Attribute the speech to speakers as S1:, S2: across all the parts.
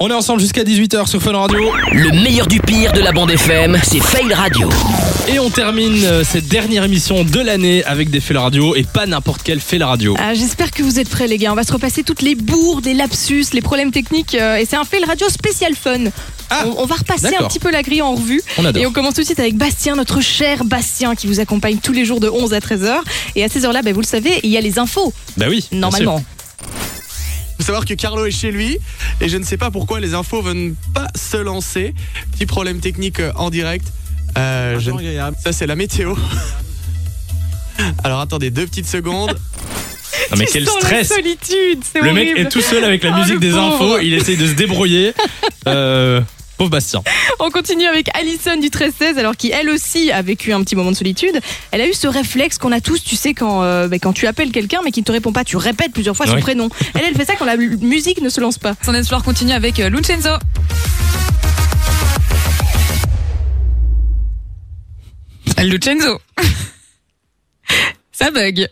S1: On est ensemble jusqu'à 18h sur Fun Radio
S2: Le meilleur du pire de la bande FM, c'est Fail Radio.
S1: et on termine euh, cette dernière émission de l'année avec des faits radio et pas n'importe quel fait radio.
S3: Ah, J'espère que vous êtes prêts, les gars. On va se repasser toutes les bourdes, les lapsus, les problèmes techniques. euh, et c'est un fait le radio spécial fun.
S1: Ah,
S3: on, on va repasser un
S1: d'accord.
S3: petit peu la grille en revue.
S1: On adore.
S3: Et on commence tout de suite avec Bastien, notre cher Bastien, qui vous accompagne tous les jours de 11 à 13h. Et à ces heures-là, ben, vous le savez, il y a les infos,
S1: Bah oui, bien
S3: Ah, normalement.
S4: faut savoir que Carlo est chez lui et je ne sais pas pourquoi les infos veulent pas se lancer. Petit problème technique euh, en direct. Euh, je ne- Ça c'est la météo. Alors attendez deux petites secondes.
S1: sûr. Non Ah, mais
S3: Tu
S1: quel
S3: sens la
S1: stress
S3: solitude, c'est
S1: Le mec
S3: horrible.
S1: est tout seul avec la
S3: Oh,
S1: musique
S3: le
S1: des
S3: pauvre.
S1: infos, il essaye de se débrouiller. Euh, pauvre Bastien.
S3: On continue avec Alison du 13-16, alors qui elle aussi a vécu un petit moment de solitude. Elle a eu ce réflexe qu'on a tous, tu sais, quand, euh, ben, quand tu appelles quelqu'un mais qui ne te répond pas, tu répètes plusieurs fois son
S1: Ouais.
S3: prénom. Elle, elle fait ça quand la mu- musique ne se lance pas.
S5: Son explore continue avec euh, Lucenzo. Lucenzo. Ça bug.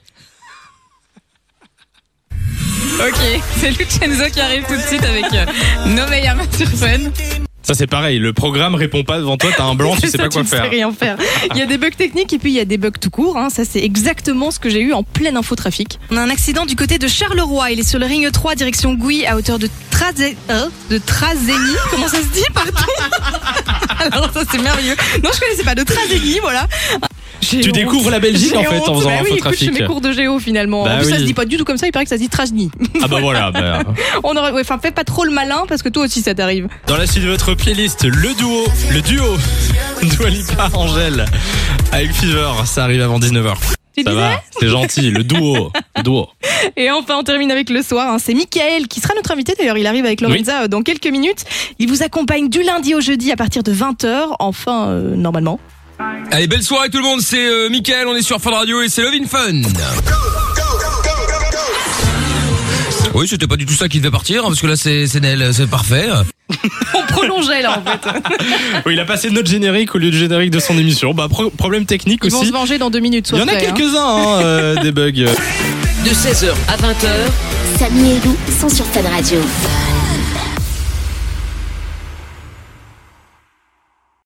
S5: Ok, c'est Lucenzo qui arrive tout de suite avec euh, No Meyama sur Fun.
S1: Ça c'est pareil, le programme répond pas devant toi, t'as un blanc, tu
S3: C'est
S1: sais
S3: ça,
S1: pas quoi
S3: ne sais
S1: faire.
S3: rien faire. Il y a des bugs techniques et puis il y a des bugs tout court. hein. Ça, c'est exactement ce que j'ai eu en pleine infotrafic. On a un accident du côté de Charleroi. Il est sur le ring 3, direction Gouy, à hauteur de Trazé... euh, de Trazény. Comment ça se dit, pardon Alors, ça, c'est merveilleux. Non, je connaissais pas. De Trazény, voilà. J'ai
S1: Tu
S3: honte.
S1: découvres la Belgique
S3: J'ai
S1: en fait en
S3: honte.
S1: faisant
S3: bah oui, écoute,
S1: l'infotrafic.
S3: je fais mes cours de géo finalement.
S1: Bah
S3: en plus, ça
S1: oui.
S3: se dit pas du tout comme ça. Il paraît que ça se dit Trajni.
S1: Ah bah voilà, bah,
S3: On aurait, ouais, enfin, fais pas trop le malin parce que toi aussi ça t'arrive.
S1: Dans la suite de votre playlist, le duo, le duo, Dua Lipa, Angèle, avec Fever, ça arrive avant 19h.
S3: Tu
S1: Ça
S3: disais
S1: va, c'est gentil, le duo, le duo.
S3: Et enfin, on termine avec le soir. hein. C'est Michael qui sera notre invité. D'ailleurs, il arrive avec Lorenza euh, dans quelques minutes. Il vous accompagne du lundi au jeudi à partir de 20h. Enfin, euh, normalement.
S6: Allez, belle soirée tout le monde, c'est euh, Mickaël, on est sur Fun Radio et c'est Love in Fun. Oui, c'était pas du tout ça qui devait partir, hein, parce que là c'est c'est Nel, c'est parfait.
S3: On prolongeait là en fait.
S1: Oui, il a passé notre générique au lieu du générique de son émission. Bah, pro- problème technique
S3: Ils vont
S1: aussi.
S3: se venger dans deux minutes.
S1: Il
S3: sois
S1: y en a
S3: prêt, hein.
S1: quelques-uns, hein, euh, des bugs.
S2: De 16h à 20h,
S7: Samy et Lou sont sur Fan Radio.